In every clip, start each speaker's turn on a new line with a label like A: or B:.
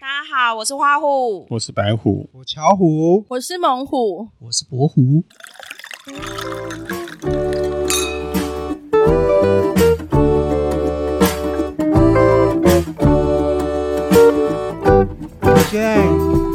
A: 大家好，我是花虎，
B: 我是白虎，
C: 我巧虎，
A: 我是猛虎。
C: 我是博虎。现在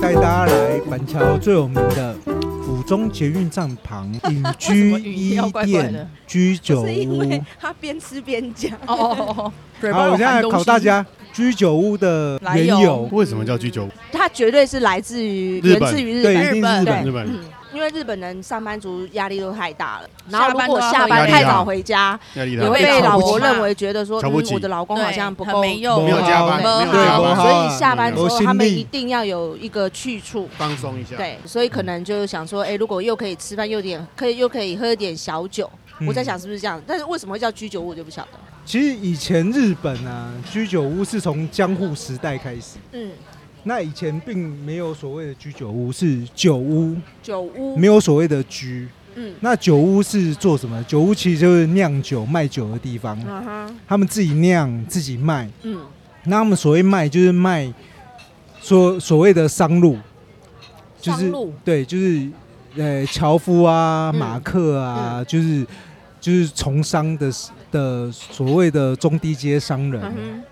C: 带大家来板桥最有名的府中捷运站 旁隐居
D: 为什么语音
C: 一
D: 要怪怪的
C: 店居酒
D: 是因为
C: 屋。
D: 他边吃边讲。
A: 哦哦哦，
C: 好，我现在来考大，家居酒屋的
D: 来
C: 缘
D: 由
C: 由。
B: 为什么叫居酒屋？
D: 他绝对是来自于
B: 日
D: 源
B: 本
D: 自于日
C: 对，一
D: 本。
C: 定
A: 日
C: 是日
D: 对
C: 本。
B: 日本
D: 嗯因为日本人上班族压力都太大了，然
A: 下
D: 后
A: 班
D: 如
A: 都
D: 果
A: 要
D: 下
B: 压
D: 班
B: 力
D: 太
B: 大
D: 早回家，
B: 压力
D: 也
B: 大，
D: 会
A: 被
D: 被
A: 老
D: 老
A: 婆
D: 婆认
A: 骂
D: 为觉得说，
B: 瞧
D: 嗯
B: 不起
D: 我的老公
A: 对
D: 好像不
A: 很
D: 够
A: 没用
B: 没有加班，
A: 没有
B: 没有
A: 对
B: 加
A: 不
B: 班，
C: 好
D: 所以下班之
C: 没
D: 后
C: 心
D: 他们
C: 力
D: 一定要有一个去处。
B: 放松一下。，
D: 对，所以可能就想说，哎，如果又可以吃饭，又点可以又可以喝一点小酒，
C: 嗯
D: 我在想是不是这样？但是为什么会叫居酒屋，我就不晓得。
C: 其实以前日本啊，居酒屋是从江户时代开始。
D: 嗯，
C: 那以前并没有所谓的居酒屋，是酒屋，
D: 酒屋
C: 没，有所谓的居。
D: 嗯，
C: 那酒屋是做什么？酒屋其实就是酿酒、卖酒的地方，
D: 啊哈，
C: 他们自己酿、自己卖。
D: 嗯，
C: 那他们所谓卖，就是卖所所谓的商路，就
A: 商
C: 是
A: 路
C: 对，就是呃樵夫啊、
D: 嗯
C: 马克啊，就是就是从商的的所谓的中低阶商人。
D: 嗯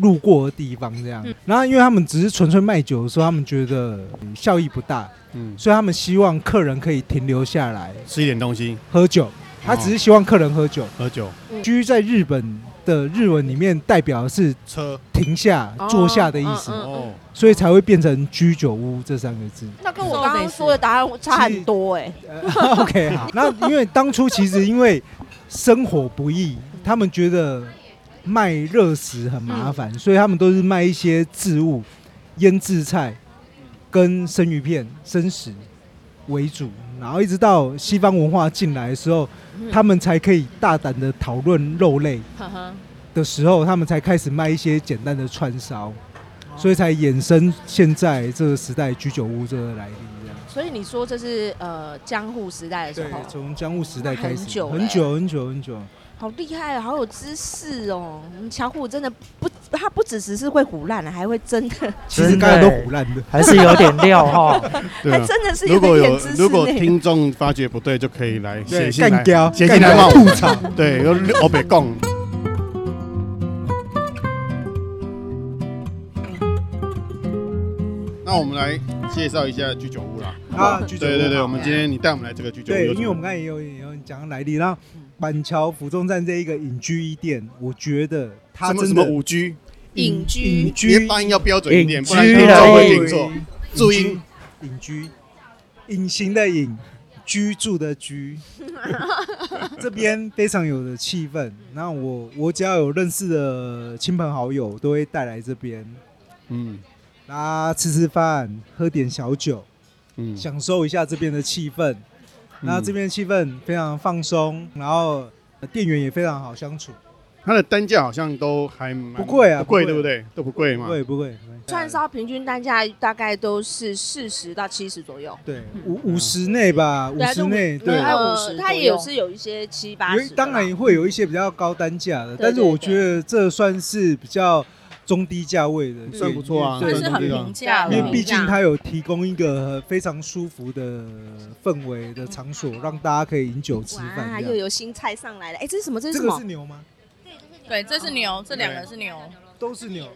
C: 路过的地方这样
D: 嗯。
C: 然后因为他们只是纯粹卖酒的时候，他们觉得嗯效益不大，
B: 嗯，
C: 所以他们希望客人可以停留下来
B: 吃一点东西，
C: 喝酒。他只是希望客人喝酒。
B: 喝酒，
C: 居在日本的日文里面代表的是
B: 车，
C: 停下、
D: 哦
C: 坐下的意思，
D: 嗯
B: 哦，
C: 所以才会变成居酒屋这三个字。
D: 那跟我刚刚说的答案差很多哎、
C: 呃 OK，好。那因为当初其实因为生活不易，他们觉得卖热食很麻烦，
A: 嗯
C: 所以他们都是卖一些渍物、腌制菜跟生鱼片、生食为主。然后一直到西方文化进来的时候，他们才可以大胆的讨论肉类
A: 嗯呵呵，
C: 的时候，他们才开始卖一些简单的串烧，所以才衍生现在这个时代居酒屋这个来历这样。
D: 所以你说这是呃江户时代的时
C: 对
D: 候，，
C: 从江户时代开始，
D: 很久
C: 很
D: 嘞
C: 久很久很久。
D: 好厉害，哦好有知识哦！巧虎真的不，他不只只是会胡乱了，啊还会真的，
C: 其实
E: 真的
C: 刚才都胡乱的，
E: 还是有点料哈。
B: 对
D: 还
B: 啊。
D: 真的是
B: 如果
D: 一
B: 有
D: 点知识
B: 如果
D: 内
B: 听众发觉不对，就可以来 写信
C: 干
B: 来，
C: 掉，
B: 写
C: 干
B: 信来
C: 掉
B: 骂我
C: 吐
B: 们
C: 槽。
B: 对，有欧北贡。
D: 嗯
B: 那我们来介绍一下居酒屋啦。
C: 啊，
B: 对
C: 居酒屋
B: 对对，我们今天你带我们来这个居酒屋
C: 对，
B: 有什么，
C: 因为我们刚才也有也有讲来历，然后
D: 嗯
C: 板桥府中站这一个隐居一店，我觉得它
B: 什么
C: 真
B: 什么
C: 的
B: 五居，
D: 隐居
C: 隐
B: 你
C: 居
B: 的发音要标准一点，
C: 隐
B: 不然
C: 居
B: 听
E: 啦
B: 众会
E: 隐
B: 听错。注音
C: 隐居，隐形的隐，居住的 居，这边非常有的气氛。那我我只要有认识的亲朋好友，都会带来这边，
B: 嗯
C: 大家吃吃饭，喝点小酒，
B: 嗯
C: 享受一下这边的气氛。那这边气氛非常放松，然后呃店员也非常好相处，
B: 它的单价好像都还蛮
C: 不贵啊
B: 不贵
C: 不贵
B: 对不对？都不贵嘛。
C: 不会不会。不会
D: 串烧平均单价大概都是四十到七十左右，
C: 对五五十内吧，五
D: 对啊
C: 十内
A: 对
C: 对。
A: 啊
D: 呃
A: 50
D: 它也有是有一些七八
C: 有
D: 十的啦，
C: 当然也会有一些比较高单价的，
D: 对
C: 但是我
D: 对
C: 觉得这算是比较中低价位的，
B: 算不错啊
C: 对
A: 但
B: 算
A: 是
B: 是
A: 很
B: 很
A: 平
B: 平
A: 价
D: 价
A: 了，
C: 因为毕
D: 啊
C: 竟它有提供一个非常舒服的氛围的场所，让大家可以饮酒吃
D: 哇，
C: 饭
D: 又
C: 这样。
D: 有新菜上来了，哎，这是什么？这是
C: 这
D: 什
C: 个
D: 么
C: 是？牛吗？
A: 对，这是牛，这两个是牛，
C: 都是牛。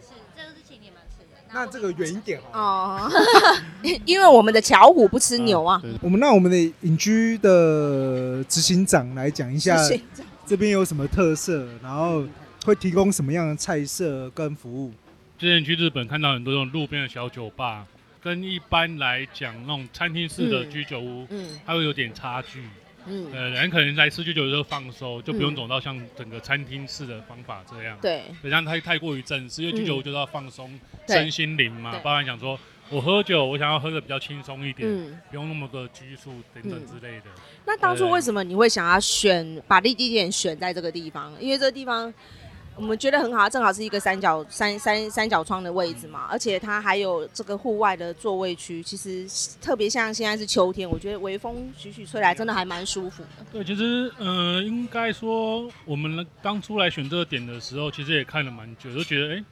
C: 那这个远一点好了。
D: 哦， 因为我们的巧虎不
C: 嗯
D: 吃牛啊，
B: 对
C: 我们让我们的隐居的执行长来讲一下
D: 谢谢
C: 这边有什么特色，然后会提供什么样的菜色跟服务。
F: 之前去日本看到很多那种路边的小酒吧，跟一般来讲那种餐厅式的
D: 嗯
F: 居酒屋，
D: 嗯
F: 它会有点差距。
D: 嗯，
F: 呃，人可能来吃居酒屋就放松，就不
D: 嗯
F: 用走到像整个餐厅式的方法这样。
D: 对，嗯
F: 不像太太过于正式，因为居酒屋就是要放松
D: 对
F: 身心灵嘛
D: 对。
F: 包含想说，我喝酒，我想要喝的比较轻松一点，
D: 嗯。
F: 不用那么多拘束等等之类的。
D: 那当初为什么你会想要选把地地点选在这个地方？因为这个地方我们觉得很好，它正好是一个三角三三三角窗的位置嘛，而且它还有这个户外的座位区，其实特别像现在是秋天，我觉得微风徐徐吹来，真的还蛮舒服的。
F: 对，其实呃，应该说我们当初来选这个点的时候，其实也看了蛮久，就觉得哎、诶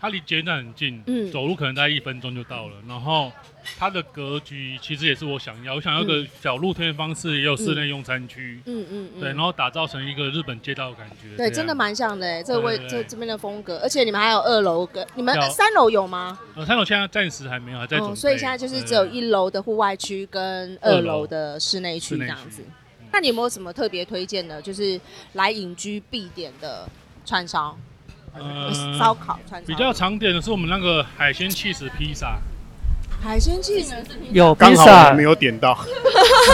F: 它离捷运站很近，
D: 嗯
F: 走路可能大概一分钟就到了。然后它的格局其实也是我想要，我想要个小露天方式，也有室内用餐区，
D: 嗯嗯嗯，
F: 对，然后打造成一个日本街道的感觉。
D: 对，
F: 这样
D: 真的。蛮像的哎，这个位
F: 对对
D: 这
F: 对
D: 这边的风格，而且你们还有二楼跟你们
F: 有
D: 呃三楼有吗？
F: 呃，三楼现在暂时还没有，还在准备。
D: 嗯，所以现在就是只有一楼的户外区跟二楼的室内区
F: 室内
D: 这
F: 区嗯
D: 样子。那你有没有什么特别推荐的？就是来隐居必点的串烧、
F: 呃
D: 烧烤、串烧
F: 比较常点的是我们那个海鲜气死披萨，
D: 海鲜气死，
E: 有披
B: 刚好我
E: 萨
B: 们没，有点到，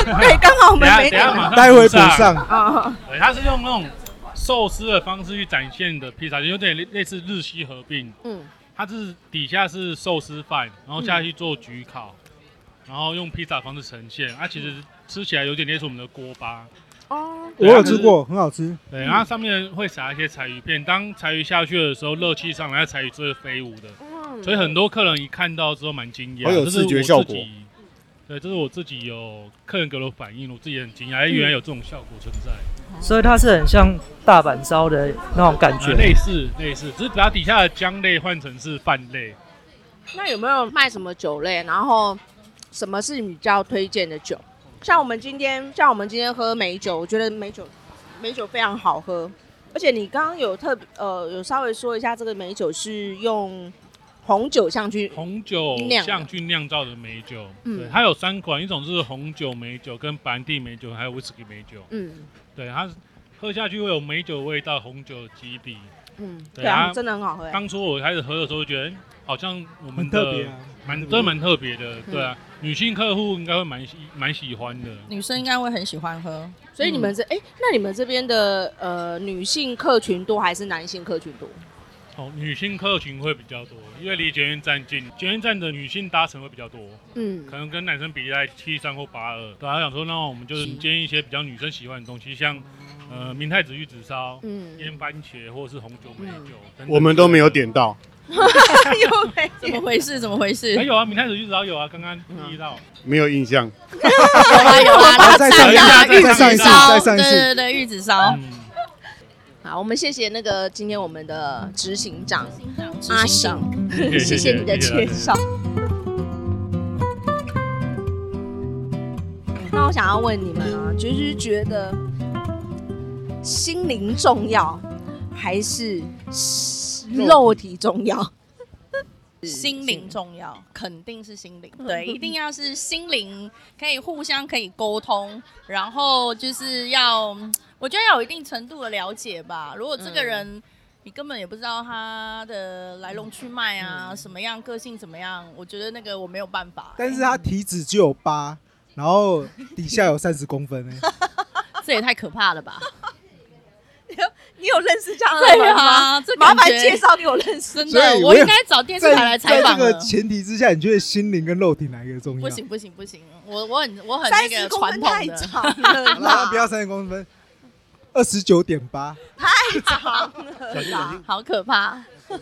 D: 对，刚好我们
F: 等
D: 没
F: 一下等一下
D: 点
F: 马上
C: 待会补
F: 上。
C: 上。
D: 啊，
F: 对，它是用那种寿司的方式去展现的披萨，就有点类类似日西合并。
D: 嗯，
F: 它是底下是寿司饭，然后下去做焗烤，然后用披萨方式呈现。它、其实吃起来有点类似我们的锅巴，
D: 哦，
C: 我有吃过，很好吃。
F: 对，然后上面会撒一些柴鱼片，当柴鱼下去的时候，热气上来，柴鱼是会飞舞的。所以很多客人一看到之后蛮惊讶，
B: 好有
F: 这是
B: 视觉
F: 我
B: 效
F: 自
B: 果
F: 己。对，这是我自己有客人给我反应，我自己也很惊讶，哎，原来有这种效果存在。
E: 所以它是很像大阪烧的那种感
F: 呃
B: 啊
E: 觉。
F: 类似类似，只是把底下的姜类换成是饭类。
D: 那有没有卖什么酒类？然后什么是你比较推荐的酒？像我们今天，像我们今天喝美酒，我觉得美酒美酒非常好喝，而且你刚刚有特别呃有稍微说一下，这个美酒是用红酒上去，
F: 红酒
D: 酿的
F: 像去酿造的美酒，
D: 嗯
F: 对，它有三款，一种是红酒美酒、跟白兰地美酒，还有威士忌美酒。
D: 嗯
F: 对，它喝下去会有美酒的味道，红酒的基底。
D: 嗯，
F: 对
D: 对啊，
F: 啊
D: 真的很好喝、欸。
F: 当初我开始喝的时候，觉得哎好像我们
C: 很
F: 的
C: 特别啊
F: 蛮真的蛮特别的，对啊，
D: 嗯
F: 女性客户应该会蛮喜蛮喜欢的。
A: 女生应该会很喜欢喝。
D: 所以你们这哎、那你们这边的呃女性客群多还是男性客群多？
F: 哦，女性客群会比较多，因为离捷运站近，捷运站的女性搭乘会比较多，
D: 嗯
F: 可能跟男生比在七三或八二。对啊，想说那我们就是建议一些比较女生喜欢的东西，像呃明太子玉子烧，
D: 嗯，
F: 腌番茄或是红酒、美酒，等等
B: 我们都没有。点到。
D: 有没
A: 怎么回事？怎么回事？
F: 没有啊，明太子玉子烧有啊，刚刚第一道。
B: 没有印象，
A: 有啦有啦，然后
C: 再
A: 蘸
F: 上
A: 那
F: 一
A: 个玉
F: 次
C: 啊
A: 子
F: 再上一次
A: 烧，
C: 再上一次
A: 对对对，玉子烧。
F: 嗯，
D: 好，我们谢谢那个今天我们的执行长阿
A: 阿
D: 信
A: 信，，
D: 谢谢你的介绍。那我想要问你们啊，就是觉得心灵重要还是肉体重要？
A: 心灵重要，肯定是心灵。对，一定要是心灵可以互相可以沟通，然后就是要，嗯我觉得要有一定程度的了解吧。如果这个人、你根本也不知道他的来龙去脉啊，什么样个性怎么样，我觉得那个我没有办 法，
C: 但是他体脂只有八，然后底下有三十公分 欸
A: 这也太可怕了吧？
D: 你有认识这样
A: 对？啊，这
D: 麻
A: 感
D: 烦
A: 觉
D: 介绍给我认识。
A: 真
C: 所
A: 的
C: 以，我
A: 我
C: 也
A: 应该找电视台来
C: 在
A: 采
C: 在
A: 访
C: 这
A: 了
C: 个。前提之下，你觉得心灵跟肉体哪一个重要？
A: 不行不行不行，我我很我很那
D: 三
A: 个
D: 十公
A: 传
D: 分太
A: 统的，
D: 长了
C: 好啦，
D: 啦，
C: 那不要三十公分，二十九点八。
D: 太长了啦。
A: 好可怕。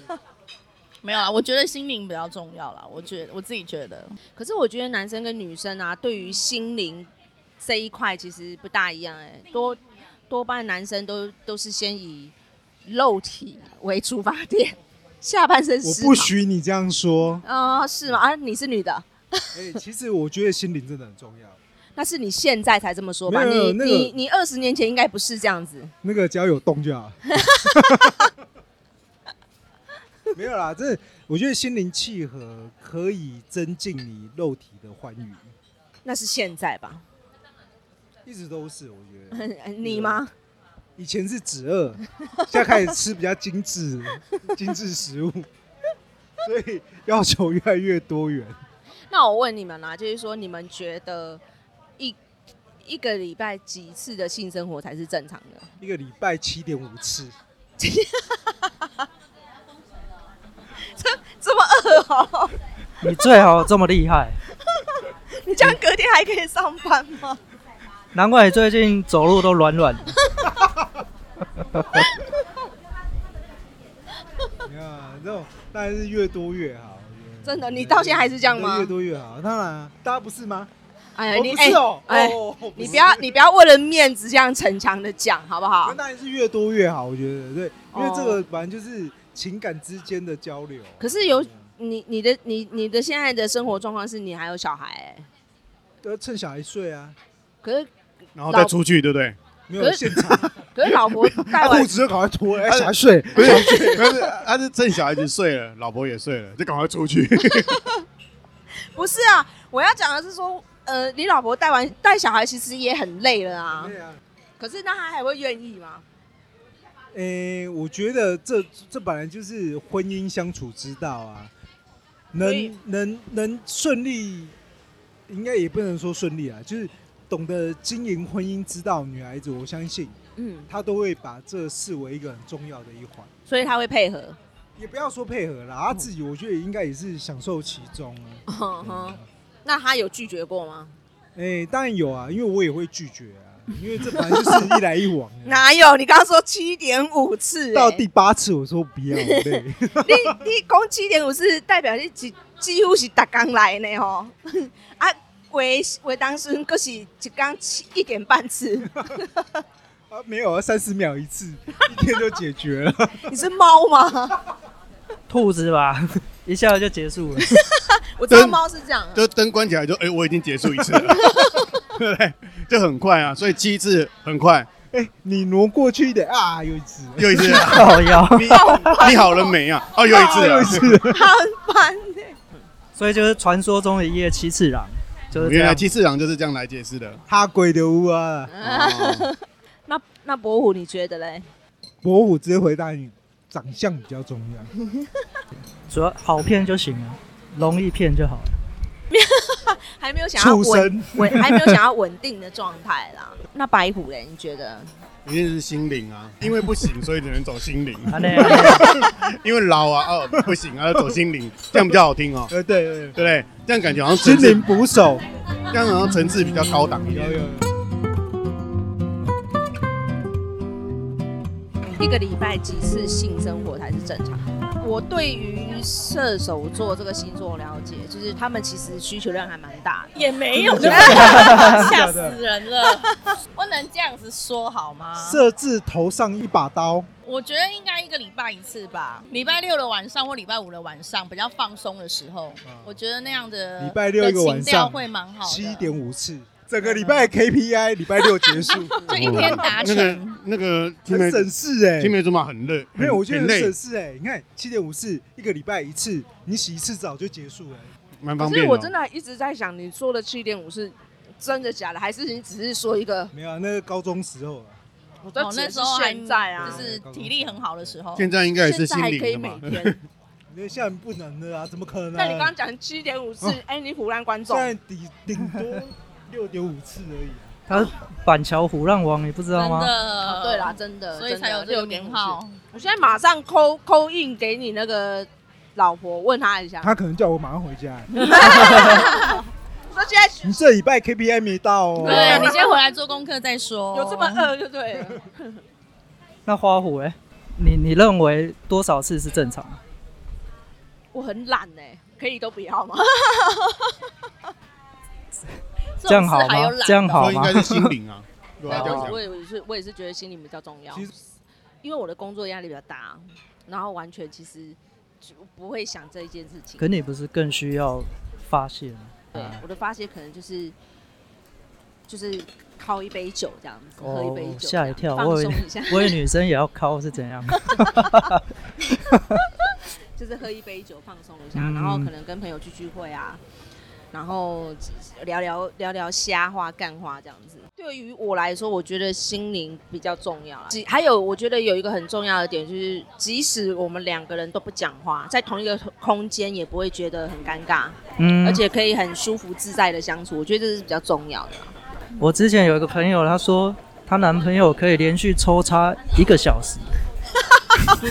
A: 没有啊，我觉得心灵比较重要啦。我觉得我自己觉得，
D: 可是我觉得男生跟女生啊，对于心灵这一块其实不大一样哎、多多半男生都都是先以肉体为出发点，下半身
C: 我
D: 失
C: 不
D: 衡。
C: 许你这样说。
D: 啊、是吗？啊，你是女的，
C: 哎、其实我觉得心灵真的很重 要。
D: 那是你现在才这么说吧？
C: 没有
D: 你
C: 那个
D: 你你二十年前应该不是这样子。
C: 那个只要有动就好。没有啦，这我觉得心灵契合可以增进你肉体的欢愉，
D: 那是现在吧？
C: 一直都是我觉得。
D: 你吗？
C: 以前是止 饿，现在开始吃比较精致精致食 物，所以要求越来越多元。
D: 那我问你们啦、啊就是说你们觉得一一个礼拜几次的性生活才是正常的？
C: 一个礼拜七点五次，
D: 这么饿哦？
E: 你最好这么厉害，
D: 你这样隔天还可以上班吗？
E: 难怪你最近走路都软软的。
C: 这种当然是越多越好。
D: 真的你到现在还是这样吗
C: 越多越好，当然啊，大家不是吗？
D: 哎
C: 哦，
D: 你
C: 不是哦，
D: 哎
C: 哦哦
D: 你
C: 是
D: 不要你不要为了面子这样逞强的讲好不好
C: 那？当然是越多越好，我觉得对，因为
D: 哦
C: 这个本来就是情感之间的交流。
D: 可是有你你的你你的现在的生活状况是你还有小孩哎、
C: 要趁小孩睡啊，
D: 可是
B: 然后再出去，对不对？
C: 没
D: 可
C: 有
D: 是呃
C: 现场，
D: 可是 老婆带完
C: 裤子就赶快脱了，哎小孩睡，
B: 不是，不是，他是趁小孩子睡了，老婆也睡了，就赶快出 去。
D: 不是啊，我要讲的是说，呃，你老婆带完带小孩其实也很累了啊。
C: 对啊。
D: 可是那她还会愿意吗？
C: 诶、我觉得这这本来就是婚姻相处之道啊，
D: 所以
C: 能能能顺利，应该也不能说顺利啊，就是懂得经营婚姻之道，女孩子我相信
D: 嗯，
C: 她都会把这视为一个很重要的一环。
D: 所以她会配合。
C: 也不要说配合啦，她自己我觉得也应该也是享受其中啊。
D: 哼嗯哼那她有拒绝过吗？、
C: 诶、当然有啊，因为我也会拒绝啊，因为这本来就是一来一往啊。
D: 哪有？你刚刚说七点五次、欸，
C: 到第八次我说不要，我累。
D: 你你讲七点五是代表你几几乎是逐工来呢吼， 啊，为为当时阁是一工七一点半次，
C: 啊，没有啊，三十秒一次，一天就解决了。
D: 你是猫吗？
E: 兔子吧， 一下就 结束了。
D: 我知道猫是这样啊，
B: 就灯关起来就，哎、我已经结束一次了， 对不对？就很快啊，所以七次很快，
C: 哎、你挪过去一点啊，又一次，
B: 又一次 了。
E: 靠腰，
B: 你你好了没啊？哦，又一次
C: 啊又
B: 了
C: 一。次。
D: 很烦欸呢、
E: 所以就是传说中的一夜七次郎，就是这
B: 原来
E: 样。
B: 七次郎就是这样来解释的。
C: 哈鬼的屋啊，
B: 哦
D: 那那伯虎你觉得嘞？
C: 伯虎直接回答你，长相比较重要。
E: 主要好骗就行了，容易骗就好了。
D: 还没有想要
C: 畜
D: 稳
C: 生，
D: 稳，还没有想要稳定的状态啦。 那白虎嘞？你觉得？
B: 一定是心灵啊，因为不行，所以只能走心灵。
E: 啊，那样
B: 因为老啊，哦，不行啊，要走心灵，这样比较好听哦，
C: 呃，对对
B: 对不对？这样感觉好像
C: 心
B: 层次
C: 灵，捕手，
B: 这样好像层次比较高档一点。
D: 一个礼拜几次性生活才是正常？我对于射手座这个星座了解，就是他们其实需求量还蛮大的。
A: 也没 有， 吓死人了，不能这样子说好吗？
C: 设置头上一把刀，
A: 我觉得应该一个礼拜一次吧，礼拜六的晚上或礼拜五的晚上比较放松的时候，我觉得那样的
C: 啊礼拜六一个晚
A: 的情调
C: 上
A: 会蛮好的，
C: 七点五次，整个礼拜的 KPI 礼拜六结束，
A: 就一
C: 啊
A: 天达
B: 那个
A: 成。
B: 那个青梅
C: 很省事哎、
B: 青梅竹马很累，
C: 没有，我觉得
B: 很
C: 很
B: 累
C: 省，事哎、你看七点五次，一个礼拜一次，你洗一次澡就结束了、
B: 蛮
D: 可
B: 方便
D: 是
B: 的哦。
D: 我真的一直在想，你说的七点五是真的假的，还是你只是说一个？
C: 没有、啊，那个高中时候啊。
D: 我都
A: 哦，
D: 只
A: 那
D: 是
A: 时候还
D: 现在啊，
A: 就是体力很好的时候，
B: 现在应该也是
D: 现在
B: 心
D: 还
B: 灵
D: 可以
B: 的
D: 每
B: 嘛。
D: 天。
C: 那现在不能的啊，怎么可能？
D: 那你刚刚讲七点五次
C: 哦，
D: 哎，你唬烂观众
C: 现，在顶顶多六点五次而已、
E: 他是板桥虎浪王，你不知道
A: 真
E: 吗？
A: 的，
D: 啊对啦，，真的，啊
A: 所以才有这
D: 六
A: 个
D: 点
A: 名
D: 五
A: 号。
D: 我现在马上扣扣印给你那个老婆，问她一下。
C: 他可能叫我马上回家、
D: 说现在
C: 你这礼拜 KPI 没到哦。
A: 对你先回来做功课再说。
D: 啊有这么饿就对了。
E: 那花虎哎、你你认为多少次是正常？
D: 我很懒哎、可以都不要吗？
A: 这
E: 这
A: 种
E: 样
A: 事
E: 好
A: 还有
E: 吗？
A: 懒
E: 这样
B: 所
E: 好
B: 以应
E: 吗
B: 该？是心灵啊，如果要这样
D: 我
B: 讲
D: 我，也是我也是觉得心理比较重要
C: 其实，
D: 因为我的工作压力比较大，然后完全其实就不会想这一件事情
E: 可。你不是更需要发泄吗？
D: 对，我的发泄可能就是就是靠一杯酒这样子，喝一杯酒这
E: 哦吓
D: 样，
E: 一跳！
D: 放
E: 我以
D: 松
E: 为
D: 一下，
E: 我以为女生也要靠是 怎样？
D: 就是喝一杯酒放松一下，
E: 嗯
D: 然后可能跟朋友聚聚会啊，然后聊聊聊聊瞎话、干话这样子。对于我来说，我觉得心灵比较重要啦。即还有，我觉得有一个很重要的点就是，即使我们两个人都不讲话，在同一个空间也不会觉得很尴尬，
E: 嗯，
D: 而且可以很舒服自在的相处。我觉得这是比较重要的啦。
E: 我之前有一个朋友，她说她男朋友可以连续抽插一个小时，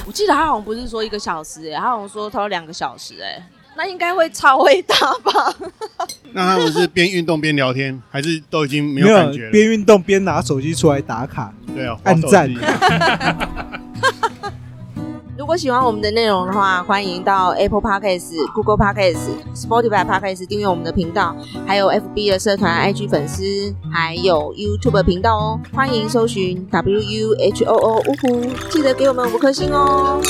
D: 我记得他好像不是说一个小时、欸，他好像说他说两个小时、欸，那应该会超会打吧？
B: 那他们是边运动边聊天，还是都已经没
C: 没
B: 有
C: 有
B: 感觉了？
C: 边运动边拿手机出来打卡，
B: 对啊，
C: 按赞
B: 滑手机
D: 如果喜欢我们的内容的话，欢迎到 Apple Podcasts、Google Podcasts、Spotify Podcasts 订阅我们的频道，还有 FB 的社团、IG 粉丝，还有 YouTube 的频道哦。欢迎搜寻 W U H O O 呜呼，记得给我们五颗星哦。